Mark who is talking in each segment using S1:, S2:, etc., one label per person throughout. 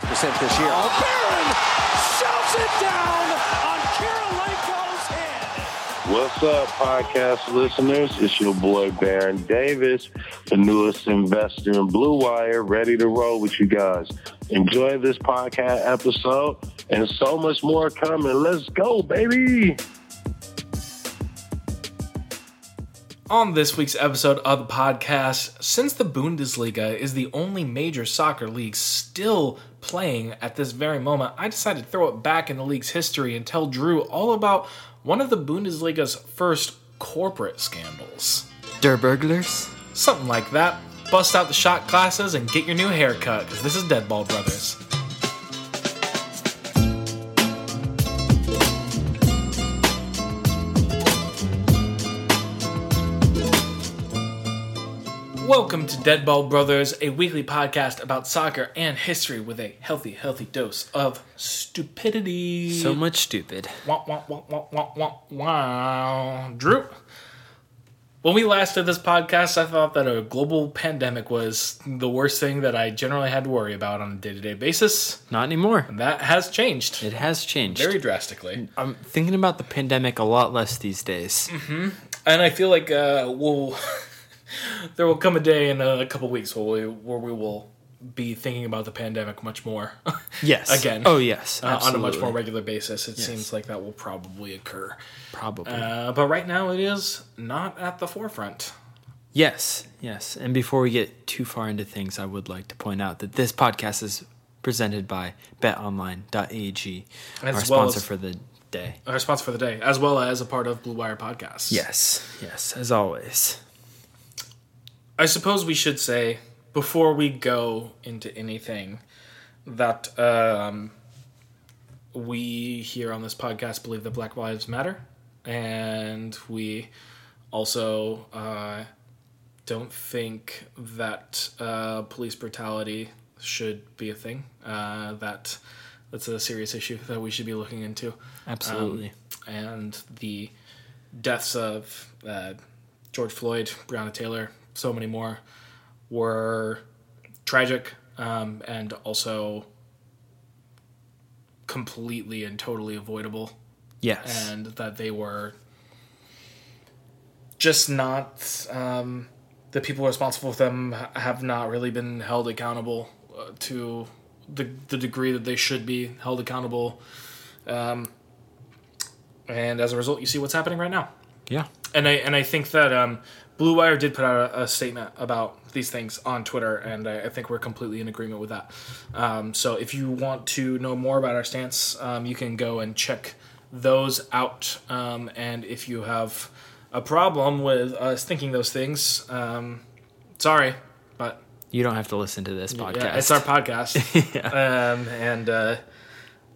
S1: this year.
S2: Oh, Barron shouts it down on Kirilenko's head.
S3: What's up, podcast listeners? It's your boy Baron Davis, the newest investor in Blue Wire, ready to roll with you guys. Enjoy this podcast episode and so much more coming. Let's go, baby.
S4: On this week's episode of the podcast, since the Bundesliga is the only major soccer league still playing at this very moment, I decided to throw it back in the league's history and tell Drew all about one of the Bundesliga's first corporate scandals.
S5: Der burglars?
S4: Something like that. Bust out the shot glasses and get your new haircut, because this is Deadball Brothers. Welcome to Deadball Brothers, a weekly podcast about soccer and history with a healthy, healthy dose of stupidity.
S5: So much stupid.
S4: Wah, wah, wah, wah, wah, wah, wah. Drew, when we last did this podcast, I thought that a global pandemic was the worst thing that I generally had to worry about on a day to day basis.
S5: Not anymore.
S4: That has changed
S5: It has changed.
S4: very drastically.
S5: I'm thinking about the pandemic a lot less these days.
S4: And I feel like uh, we'll, there will come a day in a couple weeks where we, where we will be thinking about the pandemic much more.
S5: Yes.
S4: Again.
S5: Oh, yes.
S4: uh, on a much
S5: absolutely.
S4: more regular basis. It seems like that will probably occur.
S5: Probably.
S4: Uh, but right now, it is not at the forefront.
S5: yes. Yes. And before we get too far into things, I would like to point out that this podcast is presented by betonline.ag, our
S4: As well
S5: sponsor
S4: as-
S5: for the day.
S4: Our sponsor for the day, as well as a part of Blue Wire Podcasts.
S5: Yes. Yes. As always.
S4: I suppose we should say before we go into anything that um, we here on this podcast believe that Black Lives Matter, and we also uh, don't think that uh, police brutality should be a thing. Uh, that that's a serious issue that we should be looking into.
S5: Absolutely.
S4: Um, and the deaths of uh, George Floyd, Breonna Taylor, so many more were tragic um, and also completely and totally avoidable,
S5: yes.
S4: and that they were just not um, the people responsible for them ha- have not really been held accountable uh, to the the degree that they should be held accountable. Um, and as a result, you see what's happening right now
S5: yeah.
S4: and I and I think that um, Blue Wire did put out a, a statement about these things on Twitter, and I, I think we're completely in agreement with that. Um, so if you want to know more about our stance, um, you can go and check those out. Um, and if you have a problem with us thinking those things, um, sorry, but
S5: You don't have to listen to this podcast.
S4: yeah, it's our podcast, um, and uh,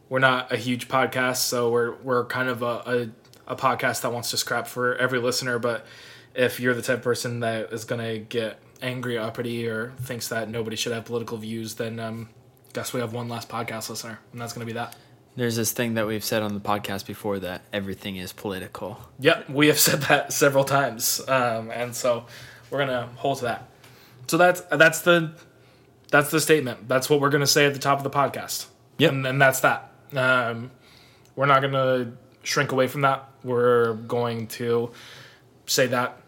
S4: we're not a huge podcast, so we're we're kind of a, a a podcast that wants to scrap for every listener. But if you're the type of person that is gonna get angry or uppity or thinks that nobody should have political views, then um, guess we have one last podcast listener, and that's gonna be that.
S5: There's this thing that we've said on the podcast before that everything is political.
S4: Yep, we have said that several times, um, and so we're gonna hold to that. So that's that's the that's the statement. That's what we're gonna say at the top of the podcast.
S5: Yep.
S4: and, and that's that. Um, we're not gonna shrink away from that. We're going to say that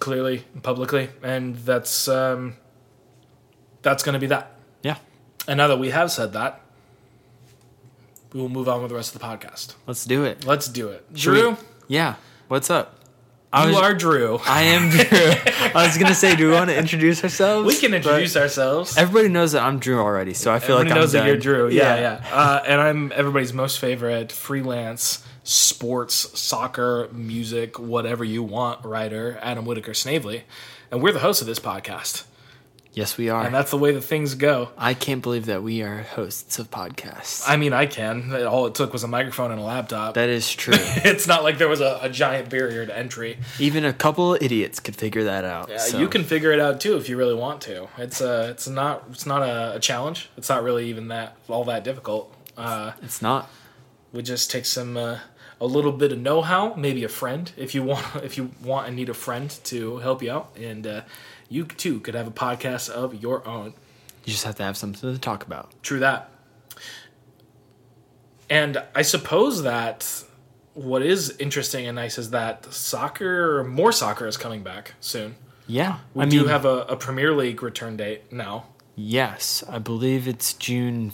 S4: clearly and publicly, and that's um, that's gonna be that.
S5: Yeah.
S4: And now that we have said that, we will move on with the rest of the podcast.
S5: Let's do it.
S4: Let's do it,
S5: Should we-
S4: Drew.
S5: yeah. What's up? I
S4: You
S5: was-
S4: are Drew.
S5: I am Drew. I was gonna say, do we want to introduce ourselves?
S4: We can
S5: But
S4: introduce ourselves.
S5: Everybody knows that I'm Drew already, so I feel
S4: Everybody
S5: like I'm
S4: knows that
S5: done.
S4: you're Drew. Yeah, yeah. Uh, and I'm everybody's most favorite freelance sports, soccer, music, whatever you want writer, Adam Whitaker Snavely. And we're the hosts of this podcast.
S5: Yes, we are.
S4: And that's the way that things go.
S5: I can't believe that we are hosts of podcasts.
S4: I mean, I can. All it took was a microphone and a laptop.
S5: that is true.
S4: it's not like there was a, a giant barrier to entry.
S5: Even a couple of idiots could figure that out.
S4: Uh,
S5: so.
S4: You can figure it out too if you really want to. It's uh, it's not it's not a, a challenge. It's not really even that all that difficult. Uh,
S5: It's not.
S4: would just take some uh, a little bit of know-how, maybe a friend if you want if you want and need a friend to help you out, and uh, you too could have a podcast of your own.
S5: You just have to have something to talk about.
S4: True that. And I suppose that what is interesting and nice is that soccer, more soccer, is coming back soon.
S5: Yeah,
S4: We
S5: I
S4: do
S5: mean,
S4: have a, a Premier League return date now.
S5: yes, I believe it's June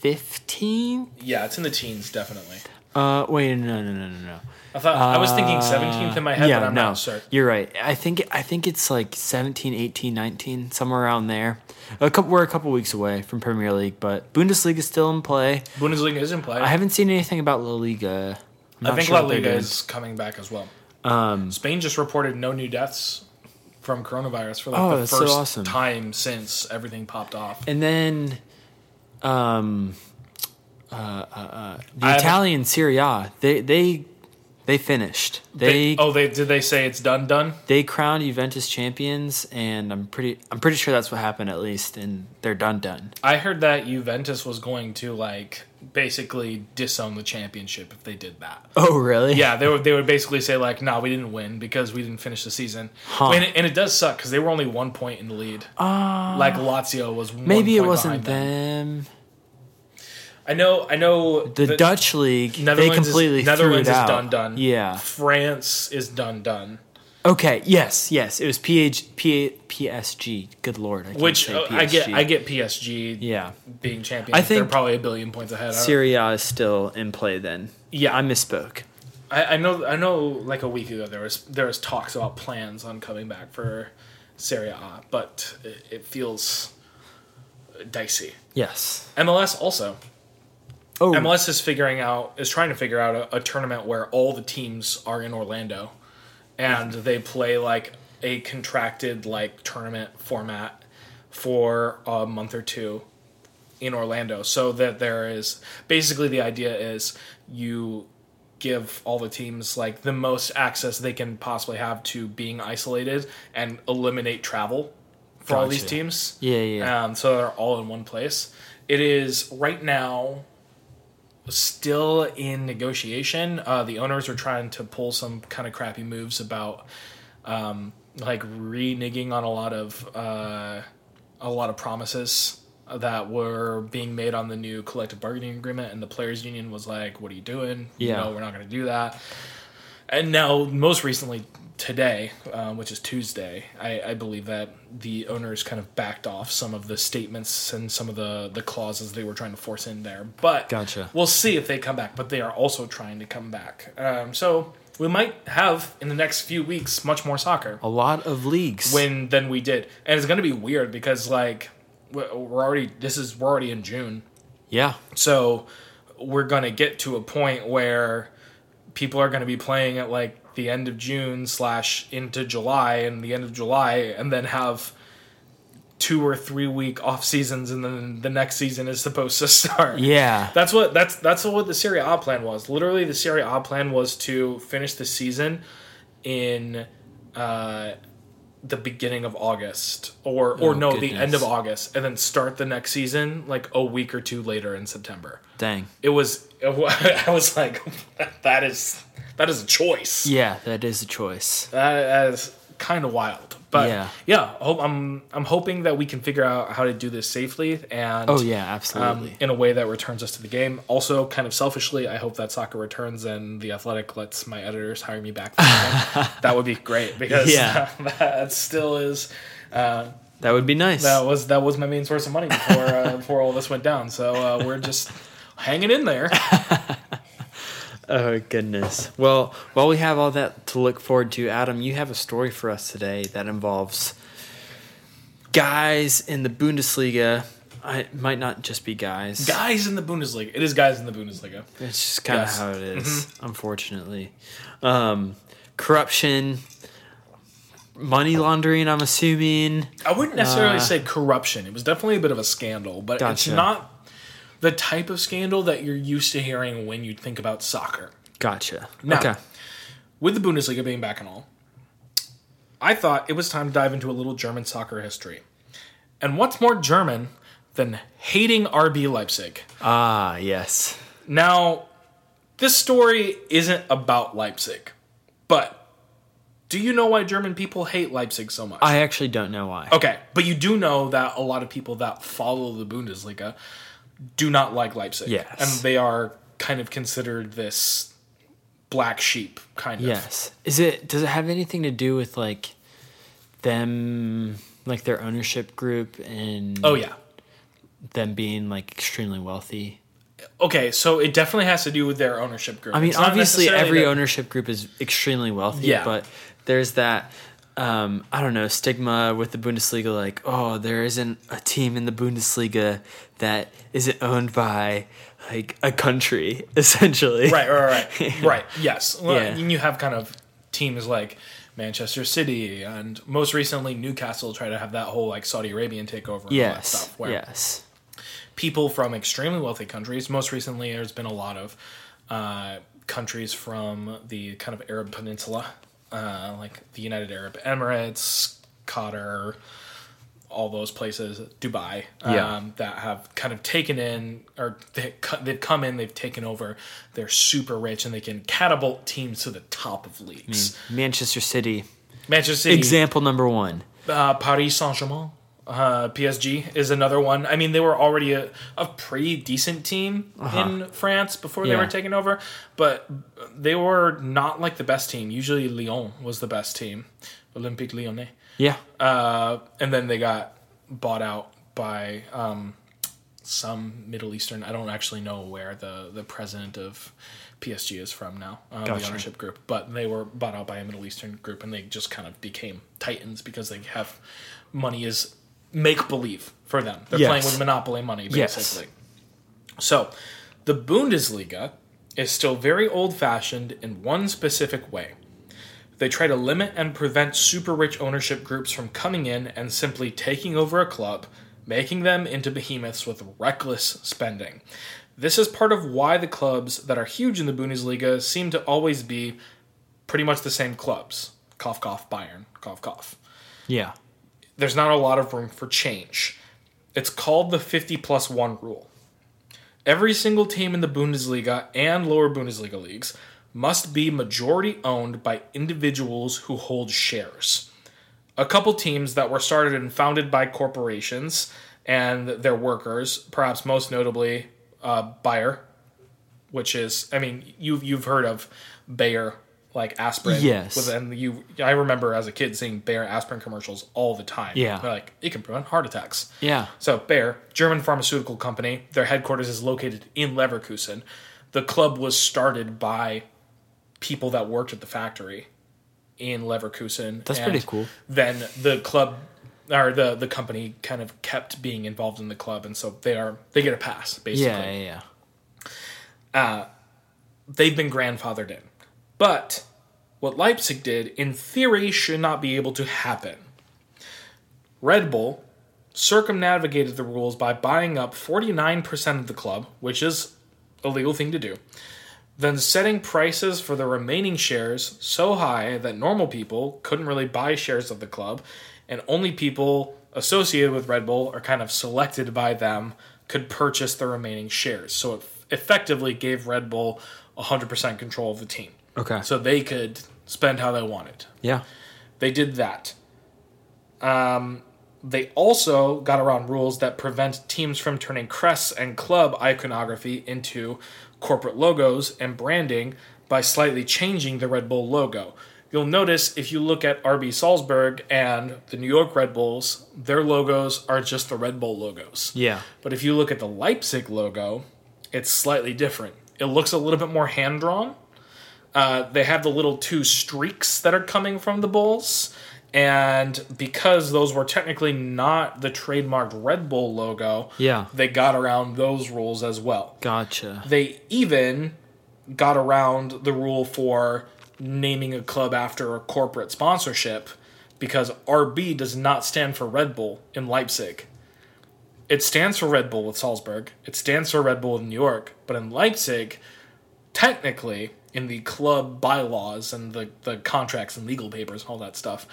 S5: fifteenth.
S4: Yeah, it's in the teens, definitely.
S5: Uh, wait, no, no, no, no, no.
S4: I thought I was thinking
S5: Uh,
S4: 17th in my head,
S5: yeah,
S4: but I'm
S5: no,
S4: not sure.
S5: You're right. I think I think it's like 17, 18, 19, somewhere around there. A couple, we're a couple weeks away from Premier League, but Bundesliga is still in play.
S4: Bundesliga is in play.
S5: I haven't seen anything about La Liga. I'm
S4: I
S5: not
S4: think
S5: sure
S4: La
S5: what Um, they're
S4: Liga
S5: doing.
S4: is coming back as well. Spain just reported no new deaths from coronavirus for like
S5: Oh,
S4: the
S5: that's so
S4: first
S5: awesome.
S4: time since everything popped off.
S5: And then, um, uh, uh, uh,
S4: I
S5: the
S4: haven't-
S5: Italian Serie A, they they they finished. They they,
S4: oh, they did they say it's done done?
S5: crowned Juventus champions, and I'm pretty I'm pretty sure that's what happened at least, and they're done done.
S4: I heard that Juventus was going to like basically disown the championship if they did that.
S5: Oh really?
S4: Yeah, they would they would basically say like, "No, nah, we didn't win because we didn't finish the season."
S5: Huh.
S4: And, it, and it does suck because they were only one point in the lead. like Lazio was one
S5: Ah. Maybe it
S4: point
S5: wasn't
S4: behind them.
S5: them.
S4: I know, I know.
S5: The, Dutch league, they
S4: Netherlands is-
S5: completely
S4: Netherlands
S5: threw
S4: is
S5: it out.
S4: done done.
S5: Yeah.
S4: France is done done.
S5: Okay. Yes. Yes. It was PH, P, PSG. Good lord. I can't
S4: Which
S5: say
S4: uh, I get,
S5: PSG.
S4: I get PSG
S5: Yeah.
S4: being champion.
S5: I
S4: they're
S5: think
S4: probably a billion points ahead. I don't-
S5: Serie A is still in play. Then.
S4: Yeah.
S5: I misspoke.
S4: I, I know, I know. Like a week ago, there was there was talks about plans on coming back for Serie A, but it, it feels dicey.
S5: Yes.
S4: MLS also.
S5: Oh.
S4: MLS is figuring out is trying to figure out a, a tournament where all the teams are in Orlando, and they play like a contracted like tournament format for a month or two in Orlando, so that there is basically the idea is you give all the teams like the most access they can possibly have to being isolated and eliminate travel for all these
S5: Gotcha.
S4: teams.
S5: Yeah, yeah, yeah.
S4: Um, so they're all in one place. It is right now still in negotiation. Uh, the owners are trying to pull some kind of crappy moves about um, like reneging on a lot of uh, a lot of promises that were being made on the new collective bargaining agreement, and the players' union was like, "What are you doing?
S5: Yeah.
S4: No, we're not going to do that." And now, most recently today, um, which is Tuesday, I, I believe that the owners kind of backed off some of the statements and some of the, the clauses they were trying to force in there. But
S5: Gotcha.
S4: we'll see if they come back, but they are also trying to come back. Um, so we might have in the next few weeks much more soccer
S5: a lot of leagues.
S4: when than we did, and it's going to be weird because like we're we're already this is we're already in June,
S5: yeah.
S4: so we're going to get to a point where people are going to be playing at like the end of June slash into July and the end of July, and then have two or three week off seasons, and then the next season is supposed to start.
S5: Yeah.
S4: That's what that's that's what the Serie A plan was. Literally, the Serie A plan was to finish the season in uh, the beginning of August, or or
S5: Oh,
S4: no, the
S5: goodness.
S4: end of August, and then start the next season like a week or two later in September.
S5: Dang.
S4: It was it wa- I was like, that is that is a choice.
S5: Yeah, that is a choice.
S4: That- that is kind of wild. But yeah,
S5: Yeah.
S4: I hope, I'm I'm hoping that we can figure out how to do this safely and
S5: Oh yeah,
S4: um,
S5: absolutely.
S4: in a way that returns us to the game. Also, kind of selfishly, I hope that soccer returns and the athletic lets my editors hire me back. For that. that would be great because
S5: Yeah.
S4: that still is uh,
S5: that would be nice.
S4: that was that was my main source of money before uh, before all this went down. So uh, we're just hanging in there.
S5: oh goodness. Well, while we have all that to look forward to, Adam, you have a story for us today that involves guys in the Bundesliga. I it might not just be guys.
S4: guys in the Bundesliga. It is guys in the Bundesliga.
S5: It's just kind
S4: Yes.
S5: of how it is, unfortunately. Um, corruption, money laundering. I'm assuming.
S4: I wouldn't necessarily
S5: Uh,
S4: say corruption. It was definitely a bit of a scandal, but it's
S5: Gotcha.
S4: not the type of scandal that you're used to hearing when you think about soccer.
S5: Gotcha.
S4: Now-
S5: okay.
S4: with the Bundesliga being back and all, I thought it was time to dive into a little German soccer history. And what's more German than hating RB Leipzig?
S5: Ah, yes.
S4: Now, this story isn't about Leipzig, but do you know why German people hate Leipzig so much?
S5: I actually don't know why.
S4: okay, but you do know that a lot of people that follow the Bundesliga do not like Leipzig.
S5: Yes.
S4: And they are kind of considered this black sheep, kind of.
S5: Yes. Is it does it have anything to do with like them like their ownership group and
S4: Oh, yeah.
S5: them being like extremely wealthy?
S4: Okay, so it definitely has to do with their ownership group.
S5: I mean,
S4: It's not
S5: obviously
S4: necessarily
S5: every
S4: that-
S5: ownership group is extremely wealthy,
S4: Yeah.
S5: but there's that um, I don't know, stigma with the Bundesliga like, oh, there isn't a team in the Bundesliga that isn't owned by like a country essentially.
S4: Right, right, right. Right, yes. Well,
S5: Yeah.
S4: And you have kind of teams like Manchester City and most recently Newcastle try to have that whole like Saudi Arabian takeover and all that
S5: Yes.
S4: stuff where
S5: Yes.
S4: people from extremely wealthy countries. Most recently, there's been a lot of uh, countries from the kind of Arab peninsula, uh, like the United Arab Emirates, Qatar, all those places, Dubai, um,
S5: Yeah.
S4: that have kind of taken in or they, co- they've come in, they've taken over. They're super rich and they can catapult teams to the top of leagues.
S5: Manchester City.
S4: Manchester City,
S5: Example number 1.
S4: uh, Paris Saint Germain, uh, PSG is another one. I mean, they were already a, a pretty decent team in France before they
S5: Yeah.
S4: were taken over, but they were not like the best team. Usually, Lyon was the best team, Olympique Lyonnais,
S5: Yeah.
S4: uh, and then they got bought out by um, some Middle Eastern. I don't actually know where the the president of PSG is from now, uh,
S5: Gotcha.
S4: the ownership group, but they were bought out by a Middle Eastern group, and they just kind of became titans because they have money is make believe for them. They're
S5: Yes.
S4: playing with monopoly money
S5: Yes.
S4: basically. So, the Bundesliga is still very old fashioned in one specific way. They try to limit and prevent super rich ownership groups from coming in and simply taking over a club, making them into behemoths with reckless spending. This is part of why the clubs that are huge in the Bundesliga seem to always be pretty much the same clubs. Cough, cough, Bayern, cough, cough
S5: Yeah.
S4: there's not a lot of room for change. It's called the 50 plus 1 rule. Every single team in the Bundesliga and lower Bundesliga leagues must be majority owned by individuals who hold shares. A couple teams that were started and founded by corporations and their workers, perhaps most notably uh, Bayer, which is, I mean, you've, you've heard of Bayer, like aspirin.
S5: Yes.
S4: with an and you I remember as a kid seeing Bayer aspirin commercials all the time.
S5: Yeah.
S4: They're like, it can prevent heart attacks.
S5: Yeah.
S4: So Bayer, German pharmaceutical company, their headquarters is located in Leverkusen. The club was started by people that worked at the factory in Leverkusen.
S5: That's
S4: and
S5: pretty cool.
S4: Then the club or the the company kind of kept being involved in the club and so they are they get a pass basically
S5: Yeah, yeah, yeah.
S4: they've been grandfathered in. But what Leipzig did, in theory, should not be able to happen. Red Bull circumnavigated the rules by buying up 49% of the club, which is a legal thing to do, then setting prices for the remaining shares so high that normal people couldn't really buy shares of the club, and only people associated with Red Bull or kind of selected by them could purchase the remaining shares. So it effectively gave Red Bull 100% control of the team.
S5: Okay.
S4: So they could spend how they wanted.
S5: yeah.
S4: They did that. Um, they also got around rules that prevent teams from turning crests and club iconography into corporate logos and branding by slightly changing the Red Bull logo. You'll notice if you look at RB Salzburg and the New York Red Bulls, their logos are just the Red Bull logos.
S5: Yeah.
S4: But if you look at the Leipzig logo, it's slightly different. It looks a little bit more hand drawn. Uh, they have the little two streaks that are coming from the Bulls. And because those were technically not the trademarked Red Bull logo,
S5: Yeah.
S4: they got around those rules as well.
S5: Gotcha.
S4: They even got around the rule for naming a club after a corporate sponsorship because RB does not stand for Red Bull in Leipzig. It stands for Red Bull with Salzburg. It stands for Red Bull in New York. But in Leipzig, technically, in the club bylaws and the, the contracts and legal papers and all that stuff,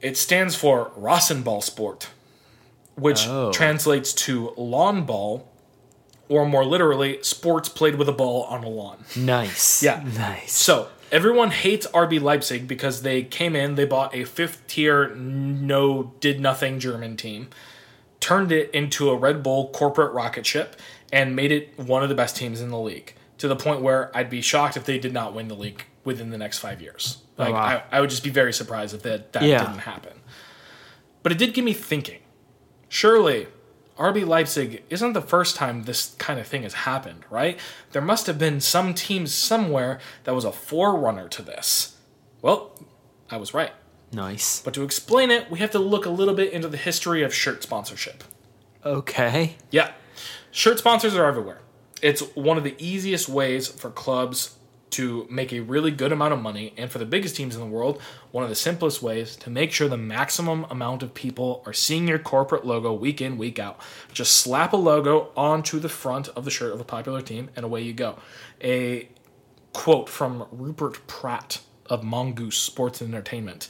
S4: it stands for Rassenball Sport, which
S5: Oh.
S4: translates to lawn ball, or more literally, sports played with a ball on a lawn.
S5: Nice.
S4: Yeah.
S5: Nice.
S4: So everyone hates RB Leipzig because they came in, they bought a fifth tier, no did nothing German team, turned it into a Red Bull corporate rocket ship and made it one of the best teams in the league to the point where I'd be shocked if they did not win the league within the next five years. Like
S5: wow.
S4: I, I would just be very surprised if that, that
S5: Yeah.
S4: didn't happen. But it did get me thinking. Surely RB Leipzig isn't the first time this kind of thing has happened, right? There must have been some team somewhere that was a forerunner to this. Well, I was right.
S5: Nice.
S4: But to explain it, we have to look a little bit into the history of shirt sponsorship.
S5: Okay.
S4: Yeah. Shirt sponsors are everywhere. It's one of the easiest ways for clubs to make a really good amount of money, and for the biggest teams in the world, one of the simplest ways to make sure the maximum amount of people are seeing your corporate logo week in, week out. Just slap a logo onto the front of the shirt of a popular team, and away you go. A quote from Rupert Pratt of Mongoose Sports and Entertainment.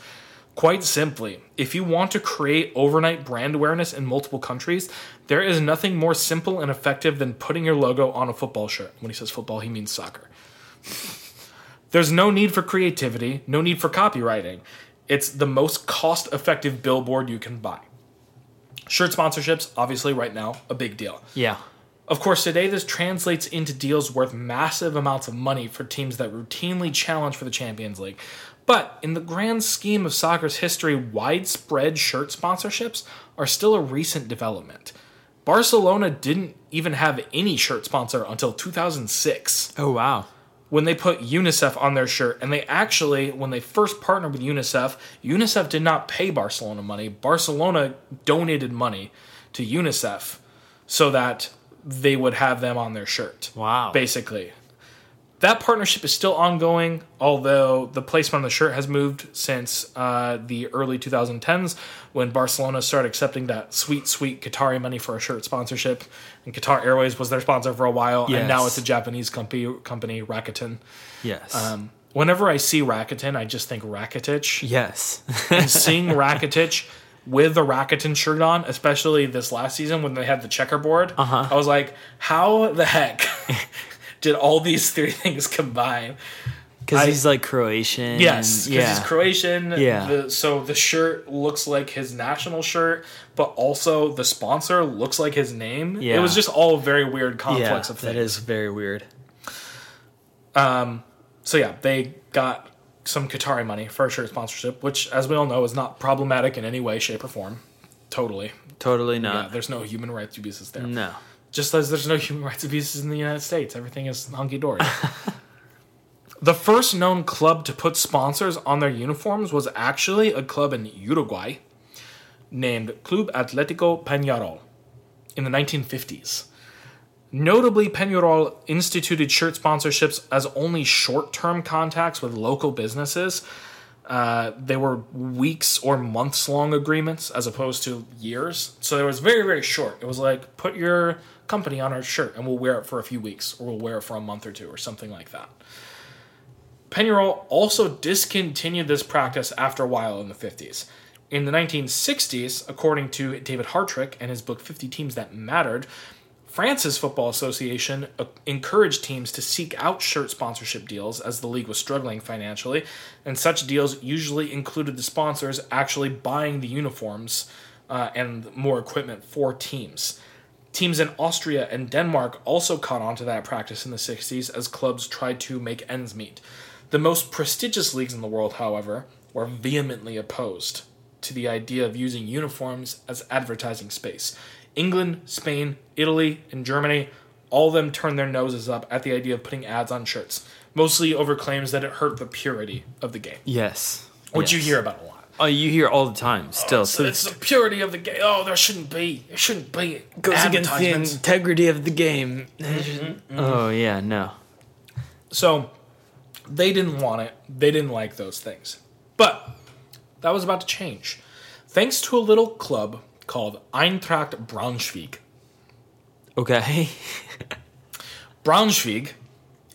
S4: Quite simply, if you want to create overnight brand awareness in multiple countries, there is nothing more simple and effective than putting your logo on a football shirt. When he says football, he means soccer. There's no need for creativity, no need for copywriting. It's the most cost effective billboard you can buy. Shirt sponsorships, obviously, right now, a big deal.
S5: Yeah.
S4: Of course, today this translates into deals worth massive amounts of money for teams that routinely challenge for the Champions League. But in the grand scheme of soccer's history, widespread shirt sponsorships are still a recent development. Barcelona didn't even have any shirt sponsor until 2006
S5: Oh wow.
S4: when they put UNICEF on their shirt. And they actually, when they first partnered with UNICEF, UNICEF did not pay Barcelona money. Barcelona donated money to UNICEF so that they would have them on their shirt.
S5: Wow.
S4: Basically. That partnership is still ongoing, although the placement on the shirt has moved since uh, the early 2010s when Barcelona started accepting that sweet, sweet Qatari money for a shirt sponsorship. And Qatar Airways was their sponsor for a while, and now
S5: Yes.
S4: it's a Japanese company, company Rakuten.
S5: Yes.
S4: Um, whenever I see Rakuten, I just think Rakitic.
S5: yes.
S4: And seeing Rakitic with a Rakuten shirt on, especially this last season when they had the checkerboard,
S5: Uh-huh.
S4: I was like, how the heck did all these three things combine?
S5: Because
S4: I-
S5: he's like Croatian.
S4: Yes,
S5: and-
S4: because
S5: yeah.
S4: he's Croatian.
S5: Yeah.
S4: The, so the shirt looks like his national shirt, but also the sponsor looks like his name. It
S5: Yeah.
S4: was just all very weird
S5: yeah,
S4: conflicts of things.
S5: that is very weird.
S4: So yeah, they got some Qatari money for a shirt sponsorship, which, as we all know, is not problematic in any way, shape, or form. Totally.
S5: Totally
S4: Yeah,
S5: not.
S4: there's no human rights abuses there.
S5: no.
S4: Just as there's no human rights abuses in the United States, everything is hunky dory. the first known club to put sponsors on their uniforms was actually a club in Uruguay named Club Atlético Peñarol in the 1950s. Notably, Peñarol instituted shirt sponsorships as only short term contacts with local businesses. Uh, they were weeks or months long agreements as opposed to years. So it was very, very short. It was like, put your company on our shirt and we'll wear it for a few weeks or we'll wear it for a month or two or something like that. Peñarol also discontinued this practice after a while in the 50s. In the 1960s, according to David Hartrick and his book 50 Teams That Mattered, France's Football Association uh, encouraged teams to seek out shirt sponsorship deals as the league was struggling financially, and such deals usually included the sponsors actually buying the uniforms uh, and more equipment for teams. Teams in Austria and Denmark also caught on to that practice in the 60s as clubs tried to make ends meet. The most prestigious leagues in the world, however, were vehemently opposed to the idea of using uniforms as advertising space. England, Spain, Italy, and Germany all of them turned their noses up at the idea of putting ads on shirts, mostly over claims that it hurt the purity of the game,
S5: Yes.
S4: which you
S5: Yes.
S4: hear about a lot.
S5: Oh, you hear all the time still. so
S4: It's the purity of the game. Oh, there shouldn't be. There shouldn't be.
S5: goes against the
S4: advertisements.
S5: integrity of the game. Oh yeah, no.
S4: So they didn't want it. They didn't like those things. But that was about to change. Thanks to a little club called Eintracht Braunschweig.
S5: Okay.
S4: Braunschweig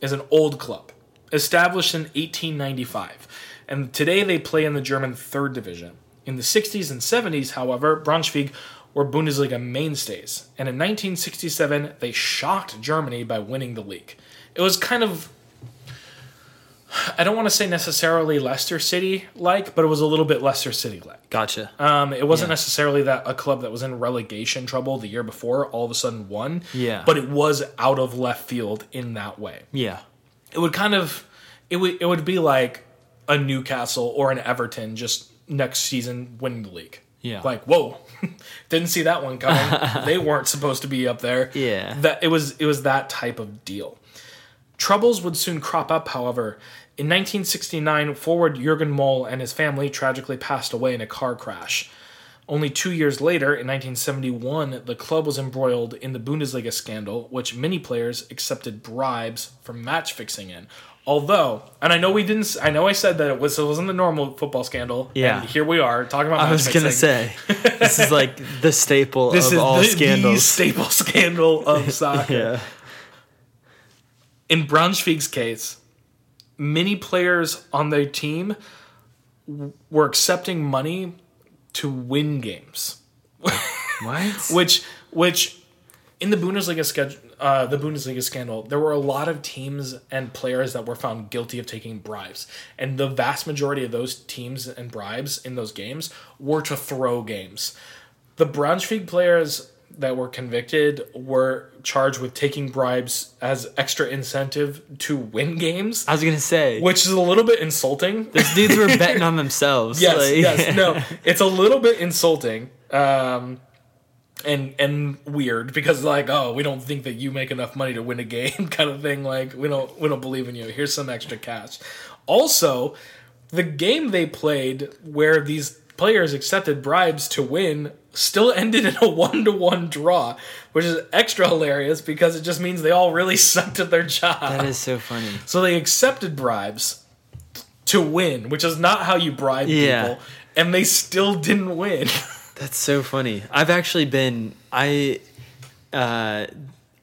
S4: is an old club, established in 1895, and today they play in the German third division. In the 60s and 70s, however, Braunschweig were Bundesliga mainstays, and in 1967 they shocked Germany by winning the league. It was kind of I don't want to say necessarily Leicester City like, but it was a little bit Leicester City like.
S5: Gotcha.
S4: Um, it wasn't necessarily that a club that was in relegation trouble the year before all of a sudden won.
S5: Yeah.
S4: But it was out of left field in that way.
S5: yeah.
S4: It would kind of, it would it would be like a Newcastle or an Everton just next season winning the league.
S5: Yeah.
S4: Like whoa, didn't see that one coming. they weren't supposed to be up there.
S5: Yeah.
S4: That it was it was that type of deal. Troubles would soon crop up, however. In 1969, forward Jurgen Moll and his family tragically passed away in a car crash. Only two years later, in 1971, the club was embroiled in the Bundesliga scandal, which many players accepted bribes for match fixing in. Although, and I know we didn't, s- I know I said that it, was, it wasn't the normal football scandal.
S5: Yeah.
S4: And here we are talking about
S5: I was
S4: match
S5: gonna
S4: fixing.
S5: say this is like the staple
S4: This
S5: of
S4: is
S5: all
S4: the, the
S5: scandals.
S4: staple scandal of soccer.
S5: yeah.
S4: in Braunschweig's case, many players on their team w- were accepting money to win games,
S5: What?
S4: which which in the Bundesliga schedule, uh, the Bundesliga scandal, there were a lot of teams and players that were found guilty of taking bribes, and the vast majority of those teams and bribes in those games were to throw games. The Braunschweig players that were convicted were charged with taking bribes as extra incentive to win games,
S5: I was gonna say
S4: which is a little bit insulting.
S5: these dudes were betting on themselves.
S4: Yes,
S5: like-
S4: yes. No, it's a little bit insulting. Um, and and weird because like oh we don't think that you make enough money to win a game kind of thing like we don't we don't believe in you here's some extra cash also the game they played where these players accepted bribes to win still ended in a one-to-one draw which is extra hilarious because it just means they all really sucked at their job
S5: That is so funny.
S4: so they accepted bribes to win, which is not how you bribe
S5: Yeah.
S4: people, and they still didn't win.
S5: That's so funny. I've actually been I uh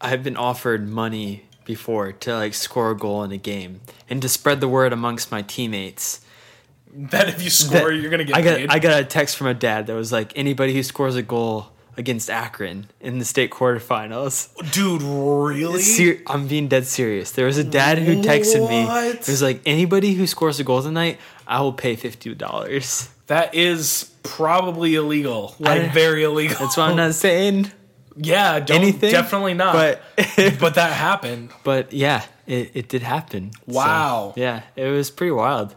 S5: I've been offered money before to like score a goal in a game and to spread the word amongst my teammates.
S4: that if you score,
S5: that-
S4: you're gonna get
S5: I got
S4: paid.
S5: I got a text from a dad that was like anybody who scores a goal against Akron in the state quarterfinals.
S4: Dude, really?
S5: Ser- I'm being dead serious. There was a dad who texted me.
S4: What?
S5: It was like anybody who scores a goal tonight, I will pay fifty dollars.
S4: that is probably illegal. Like
S5: I-
S4: very illegal.
S5: That's what I'm not saying.
S4: yeah, don't,
S5: Anything,
S4: Definitely not.
S5: But
S4: but that happened.
S5: but yeah, it, it did happen. So,
S4: Wow.
S5: yeah, it was pretty wild.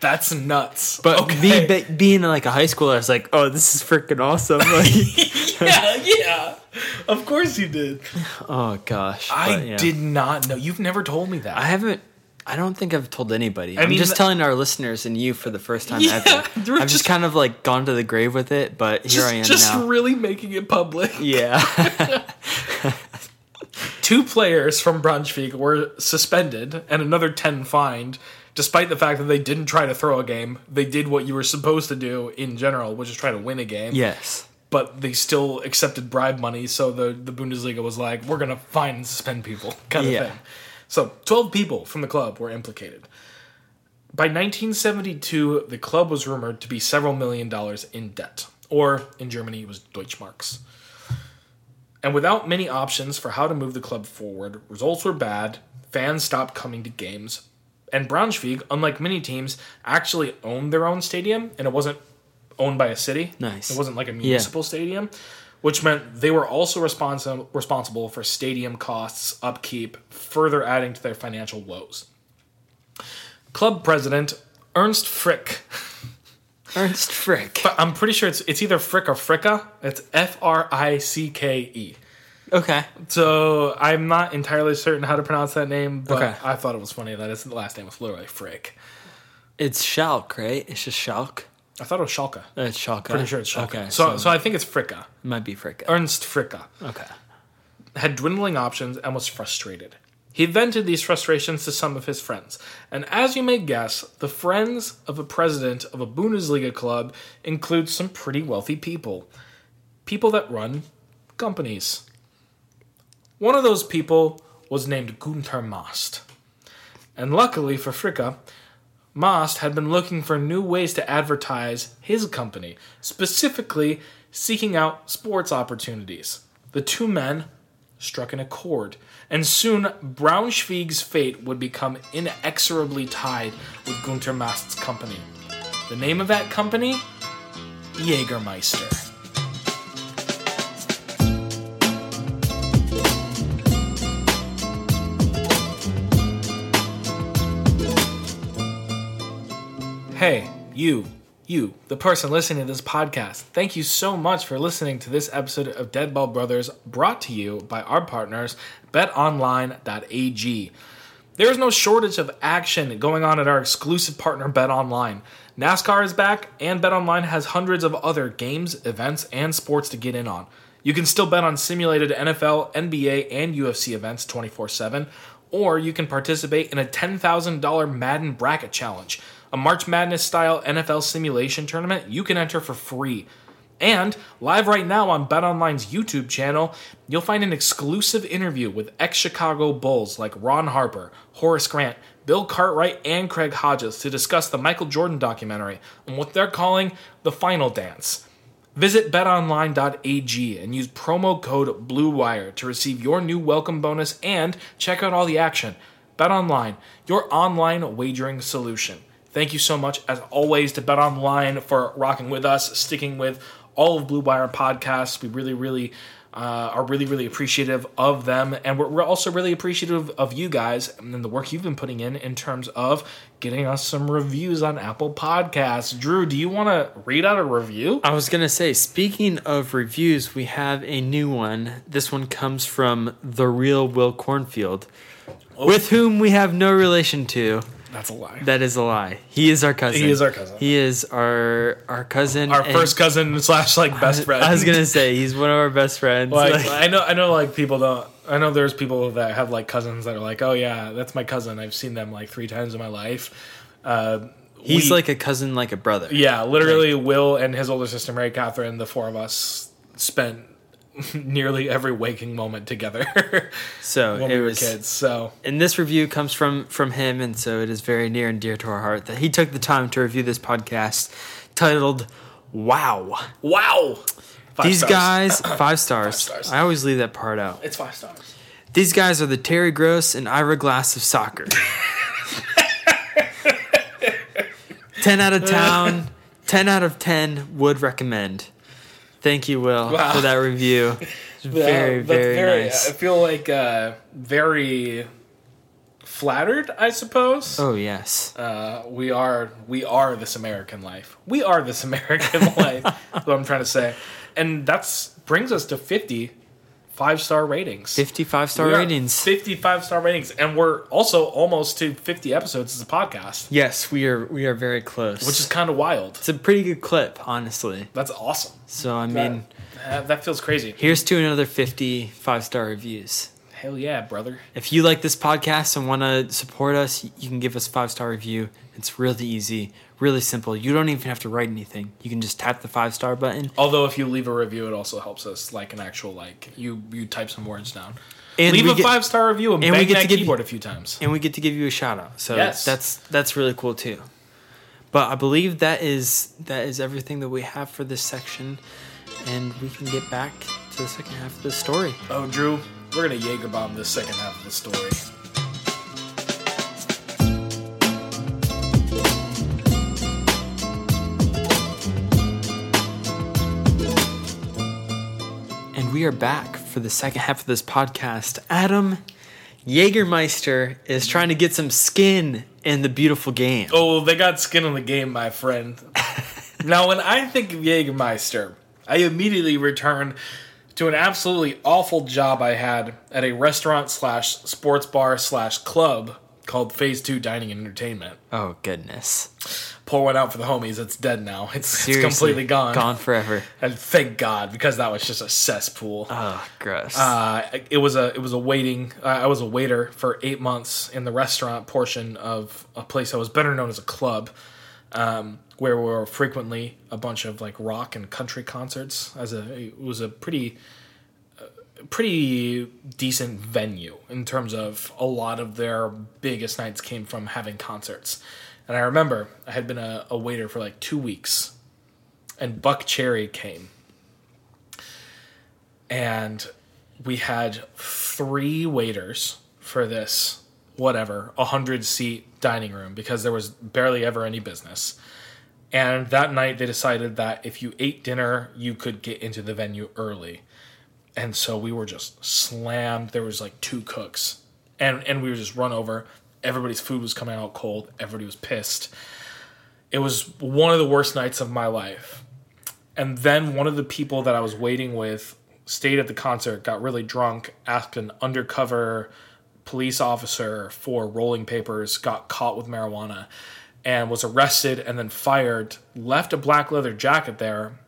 S4: That's nuts.
S5: But me be, being like a high schooler, I was like, oh, this is freaking awesome. Like,
S4: yeah, yeah. Of course you did.
S5: oh gosh,
S4: I
S5: But, yeah.
S4: did not know. You've never told me that.
S5: I haven't. I don't think I've told anybody. I
S4: I
S5: am
S4: mean,
S5: just
S4: th-
S5: telling our listeners and you for the first time
S4: Yeah,
S5: ever. I've
S4: we're
S5: just
S4: just-
S5: kind of like gone to the grave with it, but here
S4: just,
S5: I am
S4: just
S5: now.
S4: really making it public.
S5: yeah.
S4: two players from Braunschweig were suspended and another 10 fined, despite the fact that they didn't try to throw a game. They did what you were supposed to do in general, which is try to win a game.
S5: yes.
S4: But they still accepted bribe money, so the, the Bundesliga was like, we're going to fine and suspend people, kind of
S5: Yeah.
S4: thing. So 12 people from the club were implicated. By 1972, the club was rumored to be several million dollars in debt, or in Germany, it was Deutschmarks. And without many options for how to move the club forward, results were bad, fans stopped coming to games, and Braunschweig, unlike many teams, actually owned their own stadium, and it wasn't owned by a city.
S5: Nice.
S4: It wasn't like a municipal stadium, which meant they were also responsi- responsible for stadium costs, upkeep, further adding to their financial woes. Club president Ernst Frick
S5: Ernst Frick.
S4: but I'm pretty sure it's it's either Frick or Fricka. It's F R I C K E.
S5: Okay.
S4: So I'm not entirely certain how to pronounce that name, but
S5: Okay.
S4: I thought it was funny that his last name was literally Frick.
S5: It's Schalk, right? It's just Schalk.
S4: I thought it was Schalke.
S5: Uh, It's Schalke.
S4: Pretty sure it's Schalke.
S5: Okay.
S4: so, so I think it's Fricka.
S5: it might be Frick.
S4: Ernst Fricka
S5: okay.
S4: had dwindling options and was frustrated. He vented these frustrations to some of his friends, and as you may guess, the friends of a president of a Bundesliga club include some pretty wealthy people. People that run companies. One of those people was named Gunther Mast. And luckily for Fricka, Mast had been looking for new ways to advertise his company, specifically seeking out sports opportunities. The two men struck an accord, and soon Braunschweig's fate would become inexorably tied with Gunter Mast's company. The name of that company? Jägermeister. Hey, you, you, the person listening to this podcast, thank you so much for listening to this episode of Deadball Brothers brought to you by our partners, betonline.ag. There is no shortage of action going on at our exclusive partner, BetOnline. NASCAR is back, and BetOnline has hundreds of other games, events, and sports to get in on. You can still bet on simulated NFL, NBA, and UFC events 24 7, or you can participate in a $10,000 Madden Bracket Challenge, a March Madness style NFL simulation tournament you can enter for free. And live right now on BetOnline's YouTube channel, you'll find an exclusive interview with ex Chicago Bulls like Ron Harper, Horace Grant, Bill Cartwright, and Craig Hodges to discuss the Michael Jordan documentary and what they're calling the final dance. Visit betonline.ag and use promo code BLUEWIRE to receive your new welcome bonus and check out all the action. BetOnline, your online wagering solution. Thank you so much, as always, to BetOnline for rocking with us, sticking with all of Blue Wire podcasts. We really, really uh, are really, really appreciative of them. And we're, we're also really appreciative of you guys and then the work you've been putting in in terms of getting us some reviews on Apple Podcasts. Drew, do you want to read out a review?
S5: I was going to say, speaking of reviews, we have a new one. This one comes from the real Will Cornfield, with whom we have no relation to.
S4: That's a lie.
S5: That is a lie. He is our cousin.
S4: He is our cousin.
S5: He is our our cousin.
S4: Our
S5: and-
S4: first cousin slash like best friend.
S5: I was gonna say he's one of our best friends.
S4: Like,
S5: Like,
S4: I know, I know. Like people don't. I know there's people that have like cousins that are like, oh yeah, that's my cousin. I've seen them like three times in my life. Uh,
S5: he's
S4: we-
S5: like a cousin, like a brother.
S4: yeah, literally. Will and his older sister Mary Catherine, the four of us spent nearly every waking moment together
S5: So
S4: when
S5: it
S4: we were
S5: was,
S4: kids. So
S5: and this review comes from from him, and so it is very near and dear to our heart that he took the time to review this podcast titled "Wow."
S4: wow, Five
S5: These
S4: stars.
S5: guys, five stars.
S4: stars.
S5: I always leave that part out.
S4: it's five stars.
S5: These guys are the Terry Gross and Ira Glass of soccer. 10 out of town, 10 out of 10 would recommend. Thank you, Will,
S4: Wow.
S5: for that review. It's Very,
S4: Uh, that's
S5: very, nice.
S4: I feel like uh, very flattered. I suppose.
S5: oh, yes.
S4: uh, we are we are this American life. We are this American life. That's what I'm trying to say, and that's brings us to 50 five star ratings.
S5: 55 star
S4: We are
S5: ratings.
S4: 55 star ratings, and we're also almost to 50 episodes as a podcast,
S5: yes, we are we are very close.
S4: which is kind of wild.
S5: it's a pretty good clip, honestly.
S4: That's awesome.
S5: So, I mean,
S4: That, that feels crazy.
S5: here's to another 50 five star reviews.
S4: Hell yeah, brother.
S5: If you like this podcast and want to support us, you can give us a five star review. It's really easy, really simple. You don't even have to write anything. You can just tap the five star button.
S4: Although if you leave a review, it also helps us like an actual like you you type some words down.
S5: And
S4: leave
S5: we
S4: a
S5: get-
S4: five star review and,
S5: and we
S4: bang
S5: get
S4: that
S5: to give you-
S4: keyboard a few times.
S5: and we get to give you a shout out. So
S4: Yes.
S5: that's that's really cool too. But I believe that is that is everything that we have for this section, and we can get back to the second half of the story.
S4: Oh, Drew, we're gonna Jaeger bomb this second half of the story.
S5: And we are back for the second half of this podcast. Adam Jägermeister is trying to get some skin in the beautiful game.
S4: Oh, they got skin in the game, my friend. now, when I think of Jägermeister, I immediately return to an absolutely awful job I had at a restaurant slash sports bar slash club called Phase Two Dining and Entertainment.
S5: Oh goodness!
S4: Pour one out for the homies. It's dead now. It's, it's
S5: Seriously,
S4: completely gone.
S5: Gone forever.
S4: And thank God, because that was just a cesspool.
S5: Oh, gross.
S4: uh, it was a it was a waiting. Uh, I was a waiter for eight months in the restaurant portion of a place that was better known as a club, um, where we were frequently a bunch of like rock and country concerts. As a it was a pretty uh, pretty decent venue in terms of a lot of their biggest nights came from having concerts. And I remember I had been a, a waiter for like two weeks, and Buck Cherry came. And we had three waiters for this whatever 100 seat dining room because there was barely ever any business and that night they decided that if you ate dinner you could get into the venue early and so we were just slammed there was like two cooks and and we were just run over everybody's food was coming out cold everybody was pissed it was one of the worst nights of my life and then one of the people that I was waiting with stayed at the concert, got really drunk, asked an undercover police officer for rolling papers, got caught with marijuana, and was arrested and then fired. Left a black leather jacket there.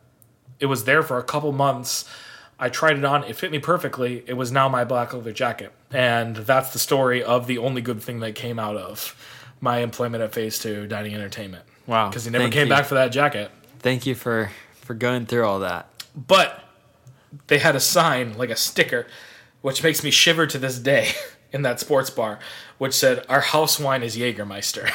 S4: It was there for a couple months. I tried it on, it fit me perfectly. It was now my black leather jacket. And that's the story of the only good thing that came out of my employment at Phase 2 Dining Entertainment.
S5: Wow,
S4: Because he never
S5: thank
S4: came
S5: you.
S4: back for that jacket.
S5: Thank you for for going through all that.
S4: but they had a sign like a sticker which makes me shiver to this day in that sports bar which said our house wine is jaegermeister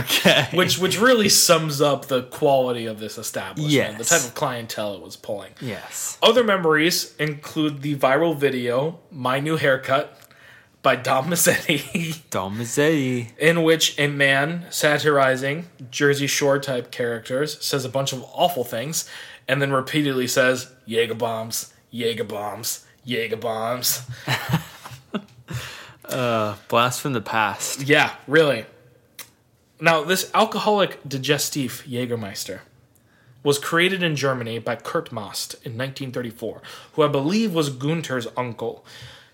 S5: Okay.
S4: which which really sums up the quality of this establishment the
S5: Yes.
S4: type of clientele it was pulling
S5: yes.
S4: other memories include the viral video my new haircut by dom mazzetti
S5: Dom Mazzetti.
S4: in which a man satirizing Jersey Shore type characters says a bunch of awful things and then repeatedly says, Jaeger bombs, Jaeger bombs, Jaeger bombs.
S5: Blast from the past.
S4: Yeah, really. Now, this alcoholic digestif Jägermeister was created in Germany by Kurt Mast in 1934, who I believe was Gunther's uncle.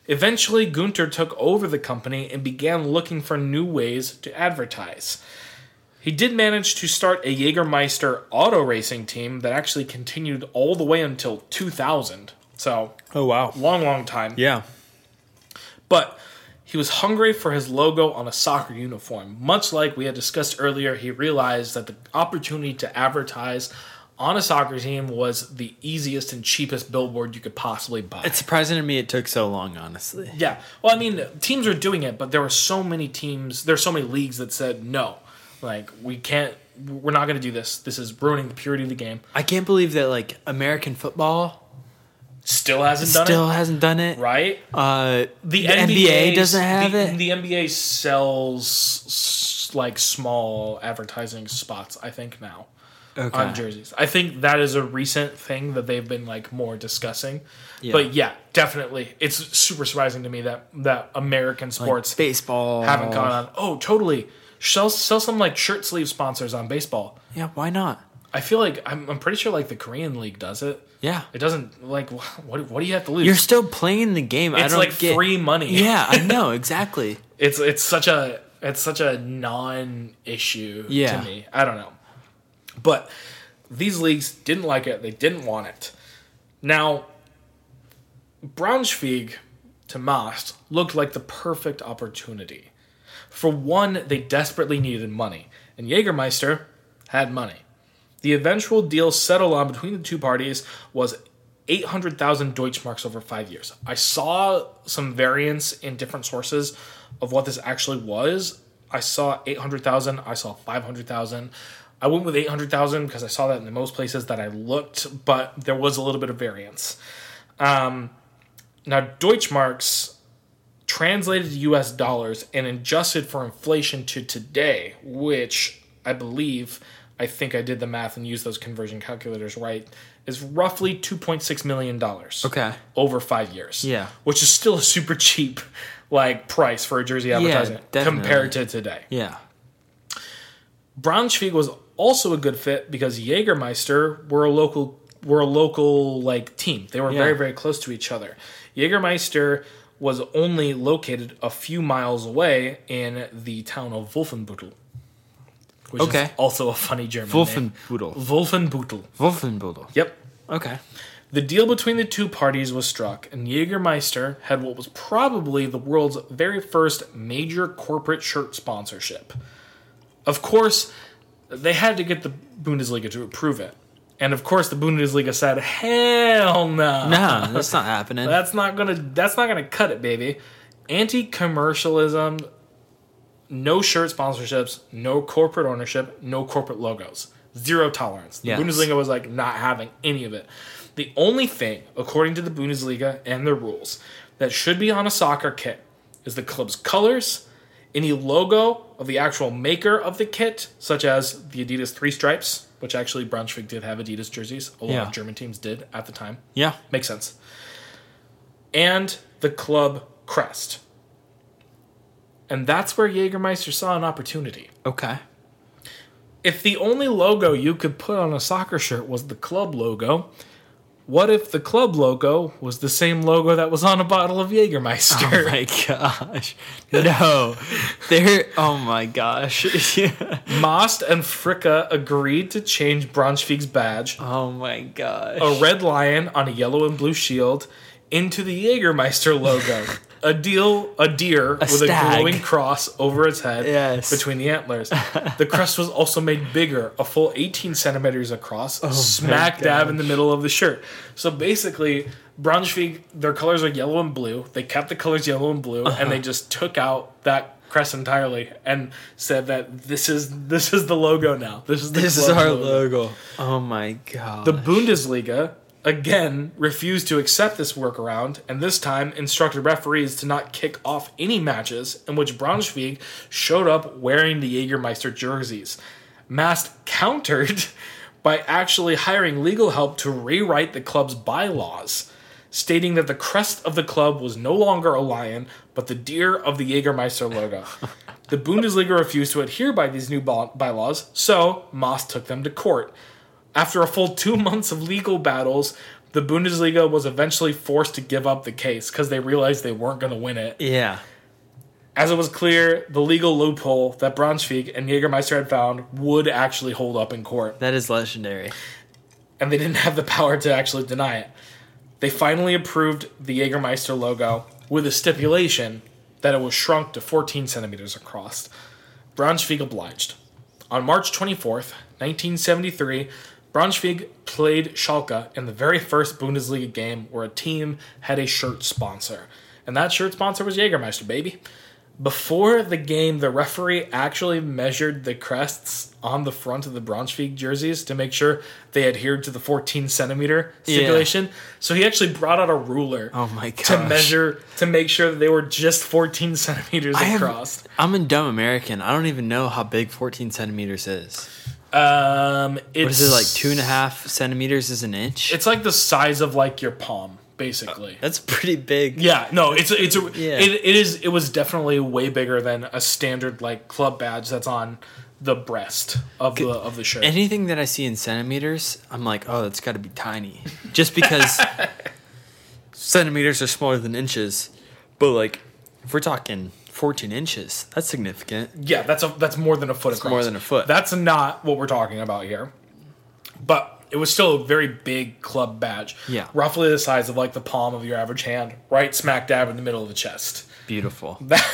S4: Eventually, Gunther took over the company and began looking for new ways to advertise. He did manage to start a Jägermeister auto racing team that actually continued all the way until 2000. So,
S5: Oh wow.
S4: long, long time.
S5: Yeah.
S4: But he was hungry for his logo on a soccer uniform. Much like we had discussed earlier, he realized that the opportunity to advertise on a soccer team was the easiest and cheapest billboard you could possibly buy.
S5: It's surprising to me it took so long, honestly.
S4: yeah. Well, I mean, teams are doing it, but there were so many teams, there's so many leagues that said no. Like, we can't, we're not going to do this. This is ruining the purity of the game.
S5: I can't believe that like American football
S4: Still hasn't done
S5: still
S4: it.
S5: hasn't done it.
S4: Right?
S5: Uh,
S4: the,
S5: NBA
S4: NBA's
S5: doesn't have
S4: the,
S5: it?
S4: The NBA sells s- like small advertising spots, I think now
S5: okay.
S4: on jerseys. I think that is a recent thing that they've been like more discussing.
S5: Yeah.
S4: But yeah, definitely, it's super surprising to me that that American sports
S5: baseball
S4: haven't gone on. Oh, totally. Sell sell some like shirt sleeve sponsors on baseball.
S5: Yeah, why not?
S4: I feel like I'm, I'm pretty sure like the Korean league does it.
S5: Yeah.
S4: It doesn't like what what do you have to lose?
S5: You're still playing the game. I
S4: it's
S5: don't
S4: like
S5: get
S4: free money.
S5: Yeah, I know exactly.
S4: it's it's such a it's such a non-issue
S5: Yeah.
S4: to me. I don't know, but these leagues didn't like it. They didn't want it. Now, Braunschweig to Mast looked like the perfect opportunity. For one, they desperately needed money, and Jägermeister had money. The eventual deal settled on between the two parties was 800,000 Deutschmarks over five years. I saw some variants in different sources of what this actually was. I saw 800,000, I saw 500,000. I went with 800,000 because I saw that in the most places that I looked, but there was a little bit of variance. Um, now, Deutschmarks translated to US dollars and adjusted for inflation to today, which I believe, I think I did the math and used those conversion calculators right, is roughly $2.6 million
S5: Okay.
S4: over five years.
S5: Yeah.
S4: Which is still a super cheap like price for a jersey advertisement
S5: definitely.
S4: compared to today.
S5: Yeah.
S4: Braunschweig was also a good fit because Jägermeister were a local were a local like team. They were
S5: Yeah.
S4: very very close to each other. Jägermeister was only located a few miles away in the town of Wolfenbüttel. Which is
S5: Okay.
S4: also a funny German name.
S5: Wolfenbudel.
S4: Wolfenbüttel.
S5: Wolfenbudel.
S4: Yep.
S5: Okay.
S4: The deal between the two parties was struck, and Jägermeister had what was probably the world's very first major corporate shirt sponsorship. Of course, they had to get the Bundesliga to approve it. And of course, the Bundesliga said, "Hell no.
S5: No, that's not happening.
S4: That's not going to that's not going to cut it, baby. Anti-commercialism, no shirt sponsorships, no corporate ownership, no corporate logos. Zero tolerance. The
S5: Yes.
S4: Bundesliga was like not having any of it. The only thing, according to the Bundesliga and their rules, that should be on a soccer kit is the club's colors, any logo of the actual maker of the kit, such as the Adidas three stripes, which actually Braunschweig did have Adidas jerseys. A lot
S5: Yeah.
S4: of German teams did at the time.
S5: Yeah.
S4: Makes sense. And the club crest. And that's where Jägermeister saw an opportunity.
S5: Okay.
S4: If the only logo you could put on a soccer shirt was the club logo, what if the club logo was the same logo that was on a bottle of Jägermeister?
S5: Oh my gosh. No. They're oh my gosh. Yeah.
S4: Most and Fricka agreed to change Braunschweig's badge,
S5: Oh my gosh.
S4: a red lion on a yellow and blue shield, into the Jägermeister logo. a deal, a deer with
S5: stag.
S4: a glowing cross over its head
S5: Yes.
S4: between the antlers. the crest was also made bigger, a full 18 centimeters
S5: Oh
S4: across, smack dab in the middle of the shirt. So basically, Braunschweig, their colors are yellow and blue. They kept the colors yellow and blue, and
S5: Uh-huh.
S4: they just took out that crest entirely and said that this is this is the logo now. This is the
S5: This is
S4: club
S5: our logo. Oh my god.
S4: the Bundesliga again refused to accept this workaround and this time instructed referees to not kick off any matches in which Braunschweig showed up wearing the Jägermeister jerseys. Mast countered by actually hiring legal help to rewrite the club's bylaws, stating that the crest of the club was no longer a lion, but the deer of the Jägermeister logo. the Bundesliga refused to adhere by these new by- bylaws, so Moss took them to court. After a full two months of legal battles, the Bundesliga was eventually forced to give up the case because they realized they weren't going to win it.
S5: yeah.
S4: As it was clear, the legal loophole that Braunschweig and Jägermeister had found would actually hold up in court
S5: That is legendary.
S4: and they didn't have the power to actually deny it. They finally approved the Jägermeister logo with a stipulation that it was shrunk to 14 centimeters across. Braunschweig obliged. On March 24th, 1973, Braunschweig played Schalke in the very first Bundesliga game where a team had a shirt sponsor. And that shirt sponsor was Jägermeister, baby. Before the game, the referee actually measured the crests on the front of the Braunschweig jerseys to make sure they adhered to the 14 centimeter stipulation. So he actually brought out a ruler
S5: Oh my gosh.
S4: to measure to make sure that they were just 14 centimeters
S5: I have-
S4: across.
S5: I'm a dumb American. I don't even know how big 14 centimeters is.
S4: Um, it's
S5: What is it like two and a half centimeters is an inch?
S4: It's like the size of like your palm, basically.
S5: That's pretty big.
S4: Yeah, no, it's it's a,
S5: Yeah.
S4: it, it is it was definitely way bigger than a standard like club badge that's on the breast of the of the shirt.
S5: Anything that I see in centimeters, I'm like, oh, that's got to be tiny. Just because centimeters are smaller than inches. But like, if we're talking 14 inches, that's significant.
S4: Yeah, that's a that's more than a foot across.
S5: more than a foot.
S4: That's not what we're talking about here. But it was still a very big club badge.
S5: Yeah.
S4: Roughly the size of like the palm of your average hand, right smack dab in the middle of the chest.
S5: Beautiful.
S4: That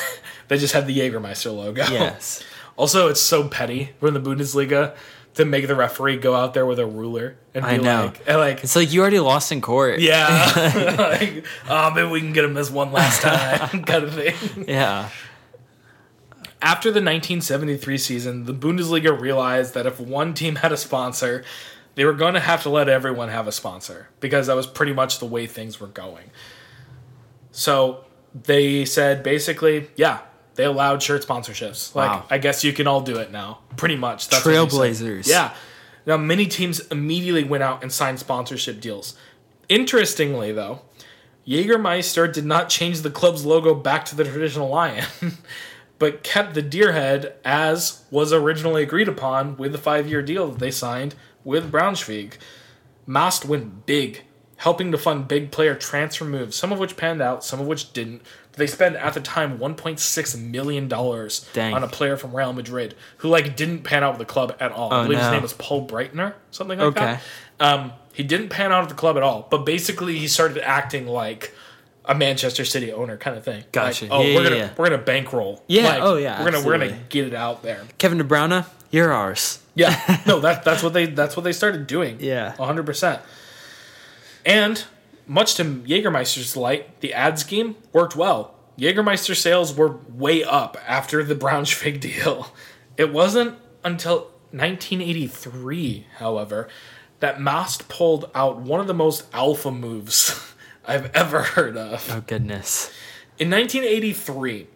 S4: they just had the Jägermeister logo.
S5: Yes.
S4: Also, it's so petty from the Bundesliga to make the referee go out there with a ruler and be
S5: I know.
S4: like, and like,
S5: It's like you already lost in court.
S4: yeah, like, oh, maybe we can get him this one last time, kind of thing.
S5: Yeah.
S4: After the 1973 season, the Bundesliga realized that if one team had a sponsor, they were going to have to let everyone have a sponsor because that was pretty much the way things were going. So they said basically, yeah, they allowed shirt sponsorships. Like,
S5: Wow.
S4: I guess you can all do it now. Pretty much. That's what they said.
S5: Trailblazers.
S4: Yeah. Now, many teams immediately went out and signed sponsorship deals. Interestingly, though, Jägermeister did not change the club's logo back to the traditional lion, but kept the deer head as was originally agreed upon with the five year deal that they signed with Braunschweig. Mast went big, helping to fund big player transfer moves, some of which panned out, some of which didn't. But they spent at the time $1.6 million
S5: Dang.
S4: on a player from Real Madrid who like didn't pan out with the club at all. I
S5: Oh,
S4: believe his
S5: no.
S4: name was Paul Breitner, something like
S5: Okay.
S4: that. Um, he didn't pan out at the club at all, but basically he started acting like a Manchester City owner kind of thing.
S5: Gotcha.
S4: Like, oh,
S5: Yeah,
S4: we're
S5: yeah,
S4: gonna
S5: yeah.
S4: we're gonna bankroll.
S5: Yeah,
S4: Like,
S5: oh, yeah,
S4: We're gonna we're gonna
S5: absolutely.
S4: get it out there.
S5: Kevin De Bruyne, you're ours.
S4: Yeah. No, that that's what they that's what they started doing.
S5: Yeah.
S4: hundred percent. And much to Jägermeister's delight, the ad scheme worked well. Jägermeister sales were way up after the Braunschweig deal. It wasn't until 1983, however, that Mast pulled out one of the most alpha moves I've ever heard of.
S5: Oh goodness.
S4: In 1983,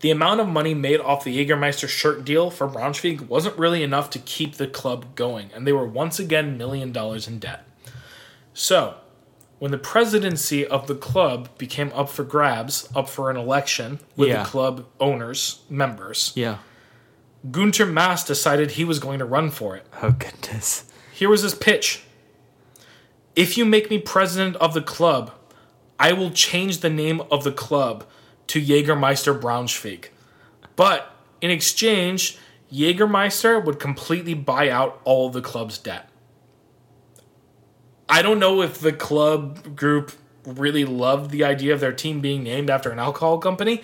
S4: the amount of money made off the Jägermeister shirt deal for Braunschweig wasn't really enough to keep the club going, and they were once again million dollars in debt. So, when the presidency of the club became up for grabs, up for an election with
S5: Yeah.
S4: the club owners, members,
S5: Yeah.
S4: Gunter Maas decided he was going to run for it.
S5: Oh goodness.
S4: Here was his pitch If you make me president of the club, I will change the name of the club to Jägermeister Braunschweig. But in exchange, Jägermeister would completely buy out all of the club's debt. I don't know if the club group really loved the idea of their team being named after an alcohol company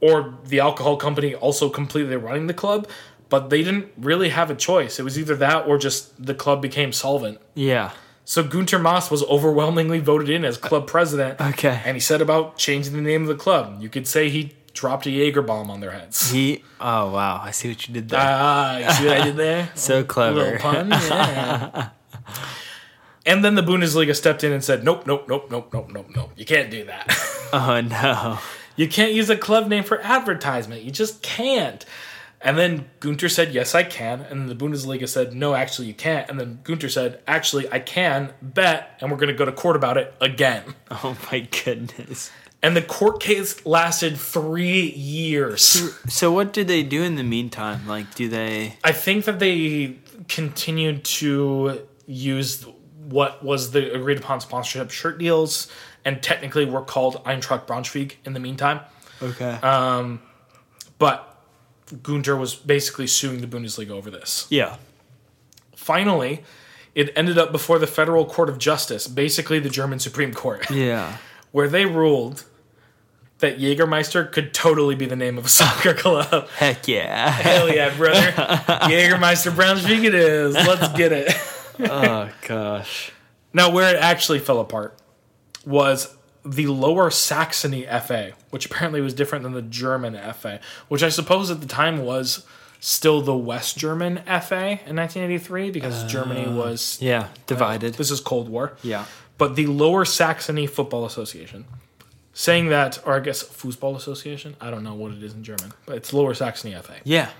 S4: or the alcohol company also completely running the club, but they didn't really have a choice. It was either that or just the club became solvent.
S5: Yeah.
S4: So Gunter Moss was overwhelmingly voted in as club president.
S5: Uh, okay.
S4: And he said about changing the name of the club. You could say he dropped a Jaeger bomb on their heads.
S5: He. Oh wow. I see what you did there.
S4: Ah, you see what I did there?
S5: so
S4: Little
S5: clever.
S4: pun. yeah. and then the Bundesliga stepped in and said, nope, nope, nope, nope, nope, nope, nope. You can't do that.
S5: Oh no.
S4: You can't use a club name for advertisement. You just can't. And then Gunter said, Yes, I can. And the Bundesliga said, No, actually, you can't. And then Gunter said, Actually, I can. Bet. And we're going to go to court about it again.
S5: Oh my goodness.
S4: And the court case lasted three years.
S5: So what did they do in the meantime? Like, do they?
S4: I think that they continued to use what was the agreed upon sponsorship shirt deals and technically were called Eintracht Braunschweig in the meantime.
S5: Okay.
S4: But Gunter was basically suing the Bundesliga over this.
S5: yeah.
S4: Finally, it ended up before the Federal Court of Justice, basically the German Supreme Court,
S5: Yeah.
S4: where they ruled that Jägermeister could totally be the name of a soccer club.
S5: Heck yeah.
S4: Hell yeah, brother. Jägermeister Braunschweig it is. Let's get it.
S5: oh gosh.
S4: Now, where it actually fell apart was the Lower Saxony FA, which apparently was different than the German FA, which I suppose at the time was still the West German FA in 1983 because Germany was.
S5: Uh, Yeah. Divided.
S4: This is Cold War.
S5: Yeah.
S4: but the Lower Saxony Football Association, saying that, or I guess Football Association, I don't know what it is in German, but it's Lower Saxony FA.
S5: Yeah.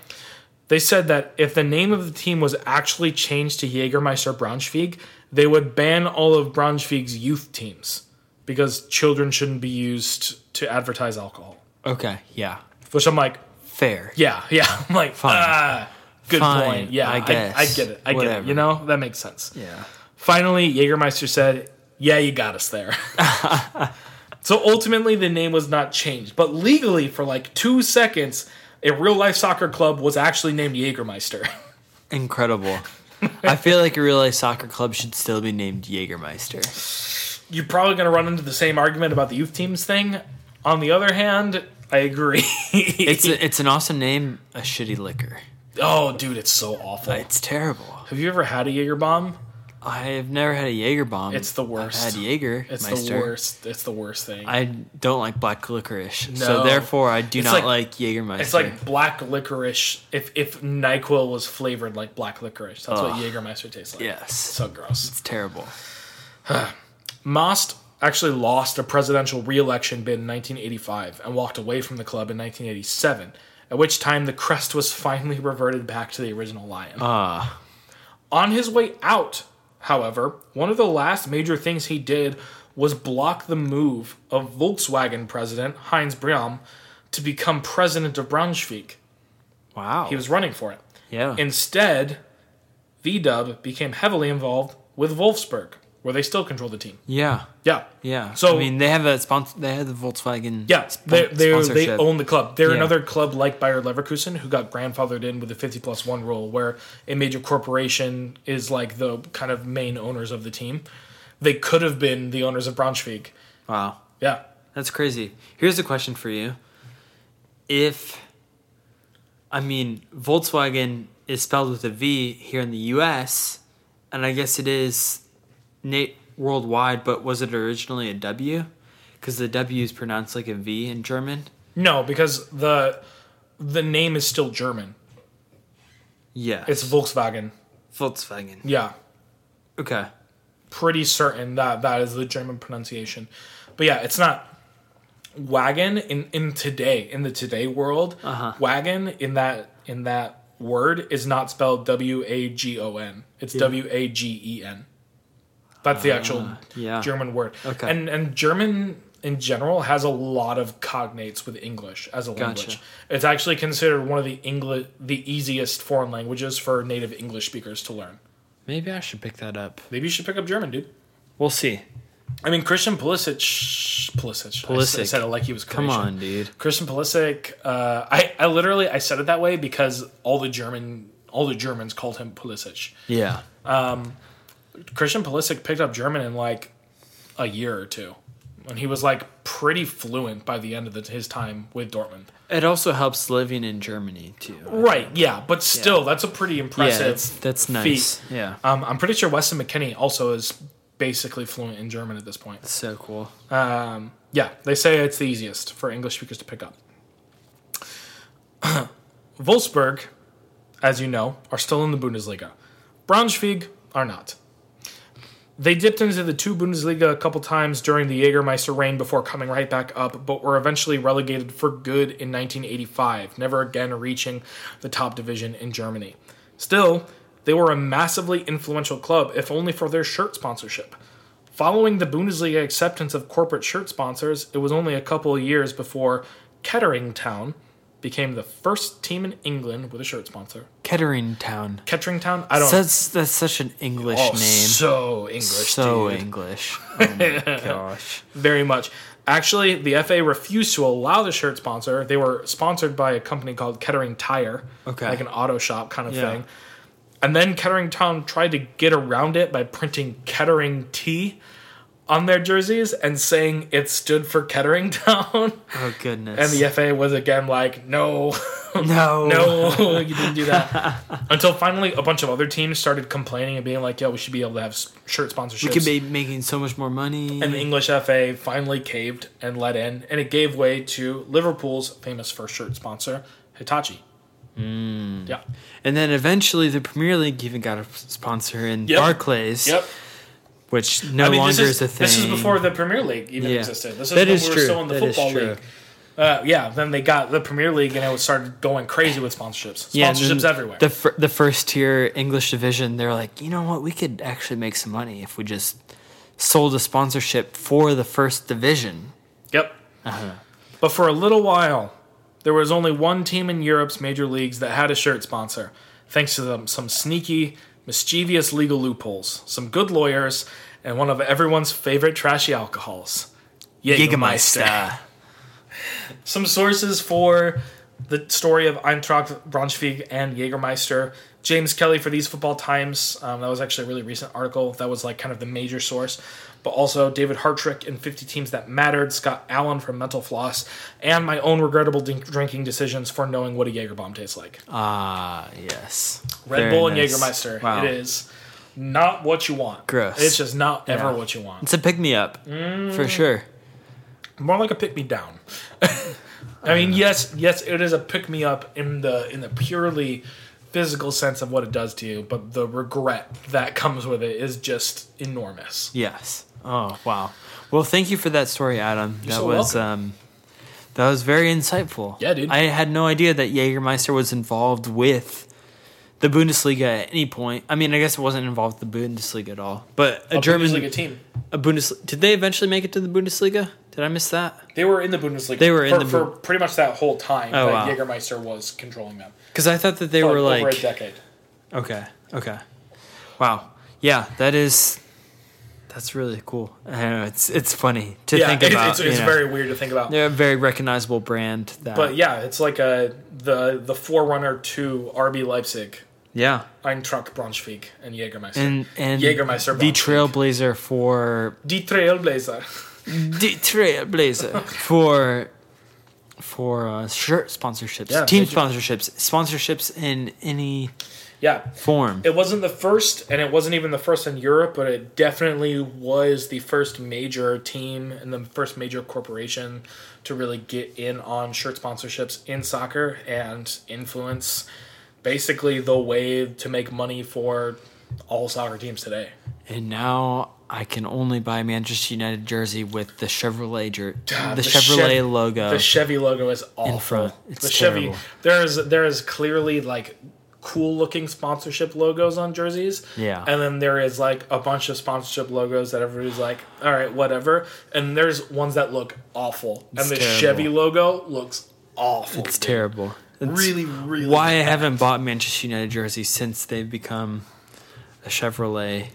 S4: They said that if the name of the team was actually changed to Jägermeister Braunschweig, they would ban all of Braunschweig's youth teams because children shouldn't be used to advertise alcohol.
S5: Okay. Yeah.
S4: Which I'm like,
S5: Fair.
S4: yeah, yeah. I'm like,
S5: Fine.
S4: ah, good
S5: Fine,
S4: point. Yeah,
S5: I
S4: I,
S5: guess.
S4: I, get it. I get it.
S5: Whatever.
S4: You know, that makes sense.
S5: Yeah.
S4: Finally, Jägermeister said, Yeah, you got us there. so ultimately, the name was not changed. But legally, for like two seconds, a real life soccer club was actually named Jägermeister.
S5: Incredible. I feel like a real life soccer club should still be named Jägermeister.
S4: You're probably going to run into the same argument about the youth teams thing. On the other hand, I agree.
S5: It's a, it's an awesome name. A shitty liquor.
S4: oh, dude, it's so awful.
S5: It's terrible.
S4: Have you ever had a Jaeger bomb?
S5: I've never had a Jaeger bomb.
S4: It's the worst.
S5: I've had Jaeger.
S4: It's the worst. It's the worst thing.
S5: I don't like black licorice,
S4: No.
S5: so therefore I do
S4: It's
S5: not
S4: like-
S5: like, Jägermeister.
S4: It's like black licorice. If if Nyquil was flavored like black licorice, that's what
S5: Ugh.
S4: Jägermeister tastes like.
S5: yes,
S4: so gross.
S5: it's terrible.
S4: Most actually lost a presidential re-election bid in 1985 and walked away from the club in 1987. At which time the crest was finally reverted back to the original lion.
S5: Ah,
S4: On his way out, however, one of the last major things he did was block the move of Volkswagen president Heinz Braun to become president of Braunschweig.
S5: wow.
S4: He was running for it.
S5: yeah.
S4: Instead, V Dub became heavily involved with Wolfsburg, where they still control the team.
S5: yeah,
S4: Yeah.
S5: yeah.
S4: So-
S5: So I mean, they have a sponsor. They have the Volkswagen.
S4: Yeah,
S5: spon-
S4: they they they
S5: sponsorship.
S4: own the club. They're
S5: Yeah.
S4: another club like Bayer Leverkusen who got grandfathered in with the 50 plus 1 rule where a major corporation is like the kind of main owners of the team. They could have been the owners of Braunschweig.
S5: Wow,
S4: Yeah.
S5: that's crazy. Here's a question for you: If I mean Volkswagen is spelled with a V here in the U.S., and I guess it is Nate worldwide, but was it originally a W? Because the W is pronounced like a V in German.
S4: No, because the the name is still German.
S5: Yeah,
S4: It's Volkswagen.
S5: Volkswagen.
S4: Yeah.
S5: Okay.
S4: pretty certain that that is the German pronunciation. But yeah, it's not wagon in in today in the today world.
S5: Uh-huh.
S4: Wagon in that in that word is not spelled W A G O N. It's W A G E N. That's the actual
S5: Ah, yeah.
S4: German word.
S5: Okay.
S4: And and German in general has a lot of cognates with English as a language. It's actually considered one of the English the easiest foreign languages for native English speakers to learn.
S5: Maybe I should pick that up.
S4: Maybe you should pick up German, dude.
S5: We'll see.
S4: I mean, Christian Pulisic. Pulisic. I s- I,
S5: Pulisic.
S4: said it like he was. Croatian.
S5: Come on, dude.
S4: Christian Pulisic. Uh, I I literally I said it that way because all the German all the Germans called him Pulisic.
S5: Yeah.
S4: Christian Pulisic picked up German in like a year or two, and he was like pretty fluent by the end of the, his time with Dortmund.
S5: It also helps living in Germany too.
S4: Right. Yeah. But still, that's a pretty
S5: Yeah,
S4: impressive.
S5: that's that's nice.
S4: feat.
S5: Yeah.
S4: Um, I'm pretty sure Weston McKinney also is basically fluent in German at this point.
S5: So cool.
S4: Yeah, they say it's the easiest for English speakers to pick up. Wolfsburg, as you know, are still in the Bundesliga. Braunschweig are not. They dipped into the two Bundesliga a couple times during the Jägermeister reign before coming right back up, but were eventually relegated for good in 1985, never again reaching the top division in Germany. Still, they were a massively influential club, if only for their shirt sponsorship. Following the Bundesliga acceptance of corporate shirt sponsors, it was only a couple of years before Kettering Town became the first team in England with a shirt sponsor.
S5: Kettering Town.
S4: Kettering Town? I don't
S5: That's that's such an English
S4: Oh,
S5: name.
S4: So English.
S5: so
S4: dude.
S5: English. Oh my gosh.
S4: Very much. Actually, the FA refused to allow the shirt sponsor. They were sponsored by a company called Kettering Tire,
S5: Okay.
S4: like an auto shop kind of
S5: Yeah.
S4: thing. And then Kettering Town tried to get around it by printing Kettering Tea on their jerseys and saying it stood for Kettering Town.
S5: Oh goodness.
S4: And the FA was again like, no,
S5: no.
S4: no, you didn't do that. Until finally, a bunch of other teams started complaining and being like, yo, we should be able to have s- shirt sponsorships.
S5: We could be making so much more money.
S4: And the English FA finally caved and let in, and it gave way to Liverpool's famous first shirt sponsor, Hitachi.
S5: Mm.
S4: Yeah.
S5: And then eventually the Premier League even got a sponsor in
S4: Yep.
S5: Barclays,
S4: Yep.
S5: which no
S4: this
S5: longer
S4: is,
S5: is, a thing.
S4: This is before the Premier League even
S5: Yeah.
S4: existed. This is
S5: That
S4: when
S5: is
S4: we were
S5: true.
S4: still in the
S5: That is
S4: football
S5: true.
S4: league. Uh, yeah, then they got the Premier League, and it was started going crazy with sponsorships. Sponsorships
S5: Yeah, and then
S4: everywhere.
S5: The fir- the first tier English division, they're like, you know what? We could actually make some money if we just sold a sponsorship for the first division.
S4: Yep. But for a little while, there was only one team in Europe's major leagues that had a shirt sponsor, thanks to them, some sneaky, mischievous legal loopholes, some good lawyers, and one of everyone's favorite trashy alcohols, Jägermeister. Some sources for the story of Eintracht Braunschweig and Jägermeister. James Kelly for These Football Times. Um, that was actually a really recent article. That was like kind of the major source. But also David Hartrick and 50 Teams That Mattered, Scott Allen from Mental Floss, and my own regrettable din- drinking decisions for knowing what a Jaeger bomb tastes like.
S5: Ah, yes.
S4: Red
S5: Very
S4: Bull and
S5: nice.
S4: Jägermeister.
S5: Wow.
S4: It is not what you want.
S5: Gross.
S4: It's just not ever
S5: Yeah.
S4: what you want.
S5: It's a pick me up
S4: Mm.
S5: for sure.
S4: more like a pick me down. I mean, yes, yes, it is a pick me up in the in the purely physical sense of what it does to you, but the regret that comes with it is just enormous.
S5: Yes. Oh wow. Well, thank you for that story, Adam. that
S4: so
S5: was
S4: welcome.
S5: um, that was very insightful.
S4: Yeah, dude.
S5: I had no idea that Jägermeister was involved with the Bundesliga at any point. I mean, I guess it wasn't involved with the Bundesliga at all. But a,
S4: A
S5: German
S4: Bundesliga team.
S5: a Bundes did they eventually make it to the Bundesliga? Did I miss that?
S4: They were in the Bundesliga.
S5: They were in
S4: for,
S5: the
S4: for
S5: Bu-
S4: pretty much that whole time
S5: Oh,
S4: that
S5: wow.
S4: Jägermeister was controlling them.
S5: Because I thought that they were like
S4: over a decade.
S5: Okay. Okay. Wow. Yeah, that is that's really cool. I know, it's it's funny to
S4: Yeah,
S5: think
S4: it's-
S5: about.
S4: it's,
S5: you
S4: it's
S5: know.
S4: very weird to think about.
S5: they're a very recognizable brand that
S4: But yeah, it's like a the the forerunner to RB Leipzig,
S5: yeah.
S4: Eintracht Braunschweig, and Jägermeister.
S5: And and
S4: Jägermeister
S5: the
S4: Braunschweig.
S5: trailblazer for
S4: Die Trailblazer.
S5: the trailblazer for for uh, shirt sponsorships,
S4: Yeah,
S5: team
S4: major-
S5: sponsorships, sponsorships in any
S4: Yeah,
S5: form.
S4: It wasn't the first, and it wasn't even the first in Europe, but it definitely was the first major team and the first major corporation to really get in on shirt sponsorships in soccer and influence basically the way to make money for all soccer teams today.
S5: And now I can only buy Manchester United jersey with the Chevrolet jer-
S4: God,
S5: the, Chevrolet
S4: Uh, Chev-
S5: logo.
S4: The Chevy logo is awful.
S5: front. It's
S4: the
S5: terrible.
S4: Chevy. There is there is clearly like cool looking sponsorship logos on jerseys.
S5: Yeah.
S4: And then there is like a bunch of sponsorship logos that everybody's like, all right, whatever. And there's ones that look awful. and the
S5: terrible.
S4: Chevy logo looks awful.
S5: it's
S4: dude.
S5: terrible. It's
S4: Really, really.
S5: why I haven't bought Manchester United jersey since they've become a Chevrolet.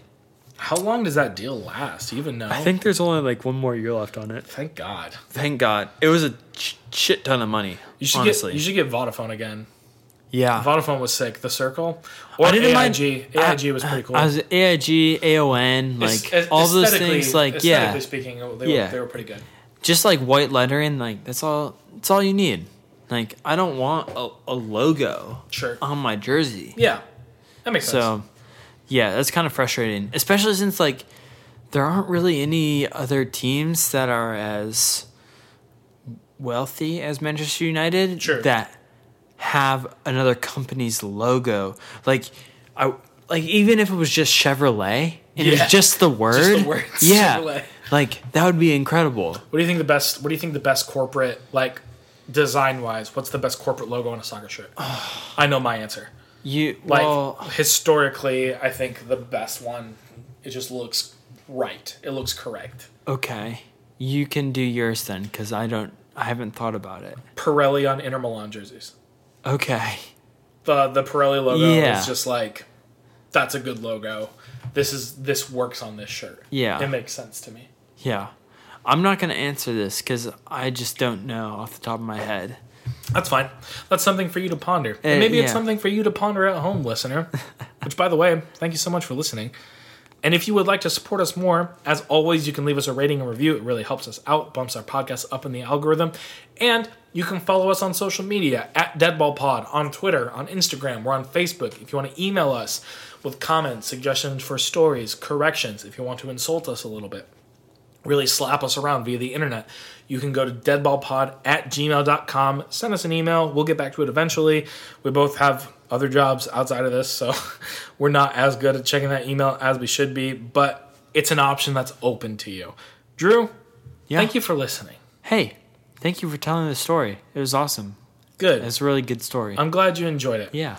S4: How long does that deal last? Do you even know?
S5: I think there's only like one more year left on it.
S4: Thank God.
S5: Thank God. It was a ch- shit ton of money.
S4: You should
S5: honestly.
S4: get you should get Vodafone again.
S5: yeah.
S4: Vodafone was sick. The Circle or AIG. AIG was pretty cool.
S5: I was AIG, AON, like
S4: Aes-
S5: all those
S4: aesthetically-
S5: things. Like
S4: aesthetically
S5: yeah,
S4: speaking, they were,
S5: Yeah.
S4: they were pretty good.
S5: just like white lettering. Like that's all. That's all you need. Like I don't want a, a logo
S4: Sure.
S5: on my jersey.
S4: Yeah, that makes sense.
S5: So yeah, that's kind of frustrating, especially since like there aren't really any other teams that are as wealthy as Manchester United
S4: Sure.
S5: that have another company's logo. Like I like even if it was just Chevrolet and
S4: Yeah.
S5: it's just the word,
S4: words,
S5: yeah,
S4: Chevrolet.
S5: like that would be incredible.
S4: What do you think the best? What do you think the best corporate like design wise? What's the best corporate logo on a soccer shirt? I know my answer.
S5: You
S4: Like
S5: well,
S4: historically, I think the best one. It just looks right. It looks correct.
S5: okay, you can do yours then because I don't, I haven't thought about it.
S4: Pirelli on Inter Milan jerseys.
S5: Okay,
S4: the the Pirelli logo
S5: Yeah.
S4: is just like that's a good logo. This is this works on this shirt.
S5: Yeah.
S4: it makes sense to me.
S5: Yeah. I'm not going to answer this because I just don't know off the top of my head.
S4: That's fine. That's something for you to ponder. and
S5: Eh,
S4: maybe it's
S5: yeah.
S4: something for you to ponder at home, listener. Which, by the way, thank you so much for listening. And if you would like to support us more, as always, you can leave us a rating and review. It really helps us out, bumps our podcast up in the algorithm. And you can follow us on social media at Deadball Pod on Twitter, on Instagram, we're on Facebook. If you want to email us with comments, suggestions for stories, corrections, if you want to insult us a little bit, really slap us around via the internet, you can go to deadballpod at gmail.com, send us an email. We'll get back to it eventually. We both have other jobs outside of this, so we're not as good at checking that email as we should be, but it's an option that's open to you. Drew,
S5: Yeah.
S4: thank you for listening.
S5: Hey, thank you for telling the story. It was awesome.
S4: Good.
S5: It's a really good story.
S4: I'm glad you enjoyed it.
S5: yeah.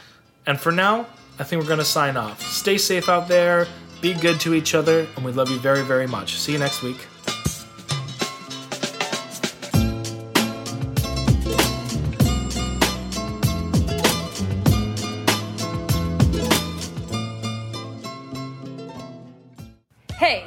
S4: And for now, I think we're going to sign off. Stay safe out there, be good to each other, and we love you very, very much. See you next week.
S1: Hey,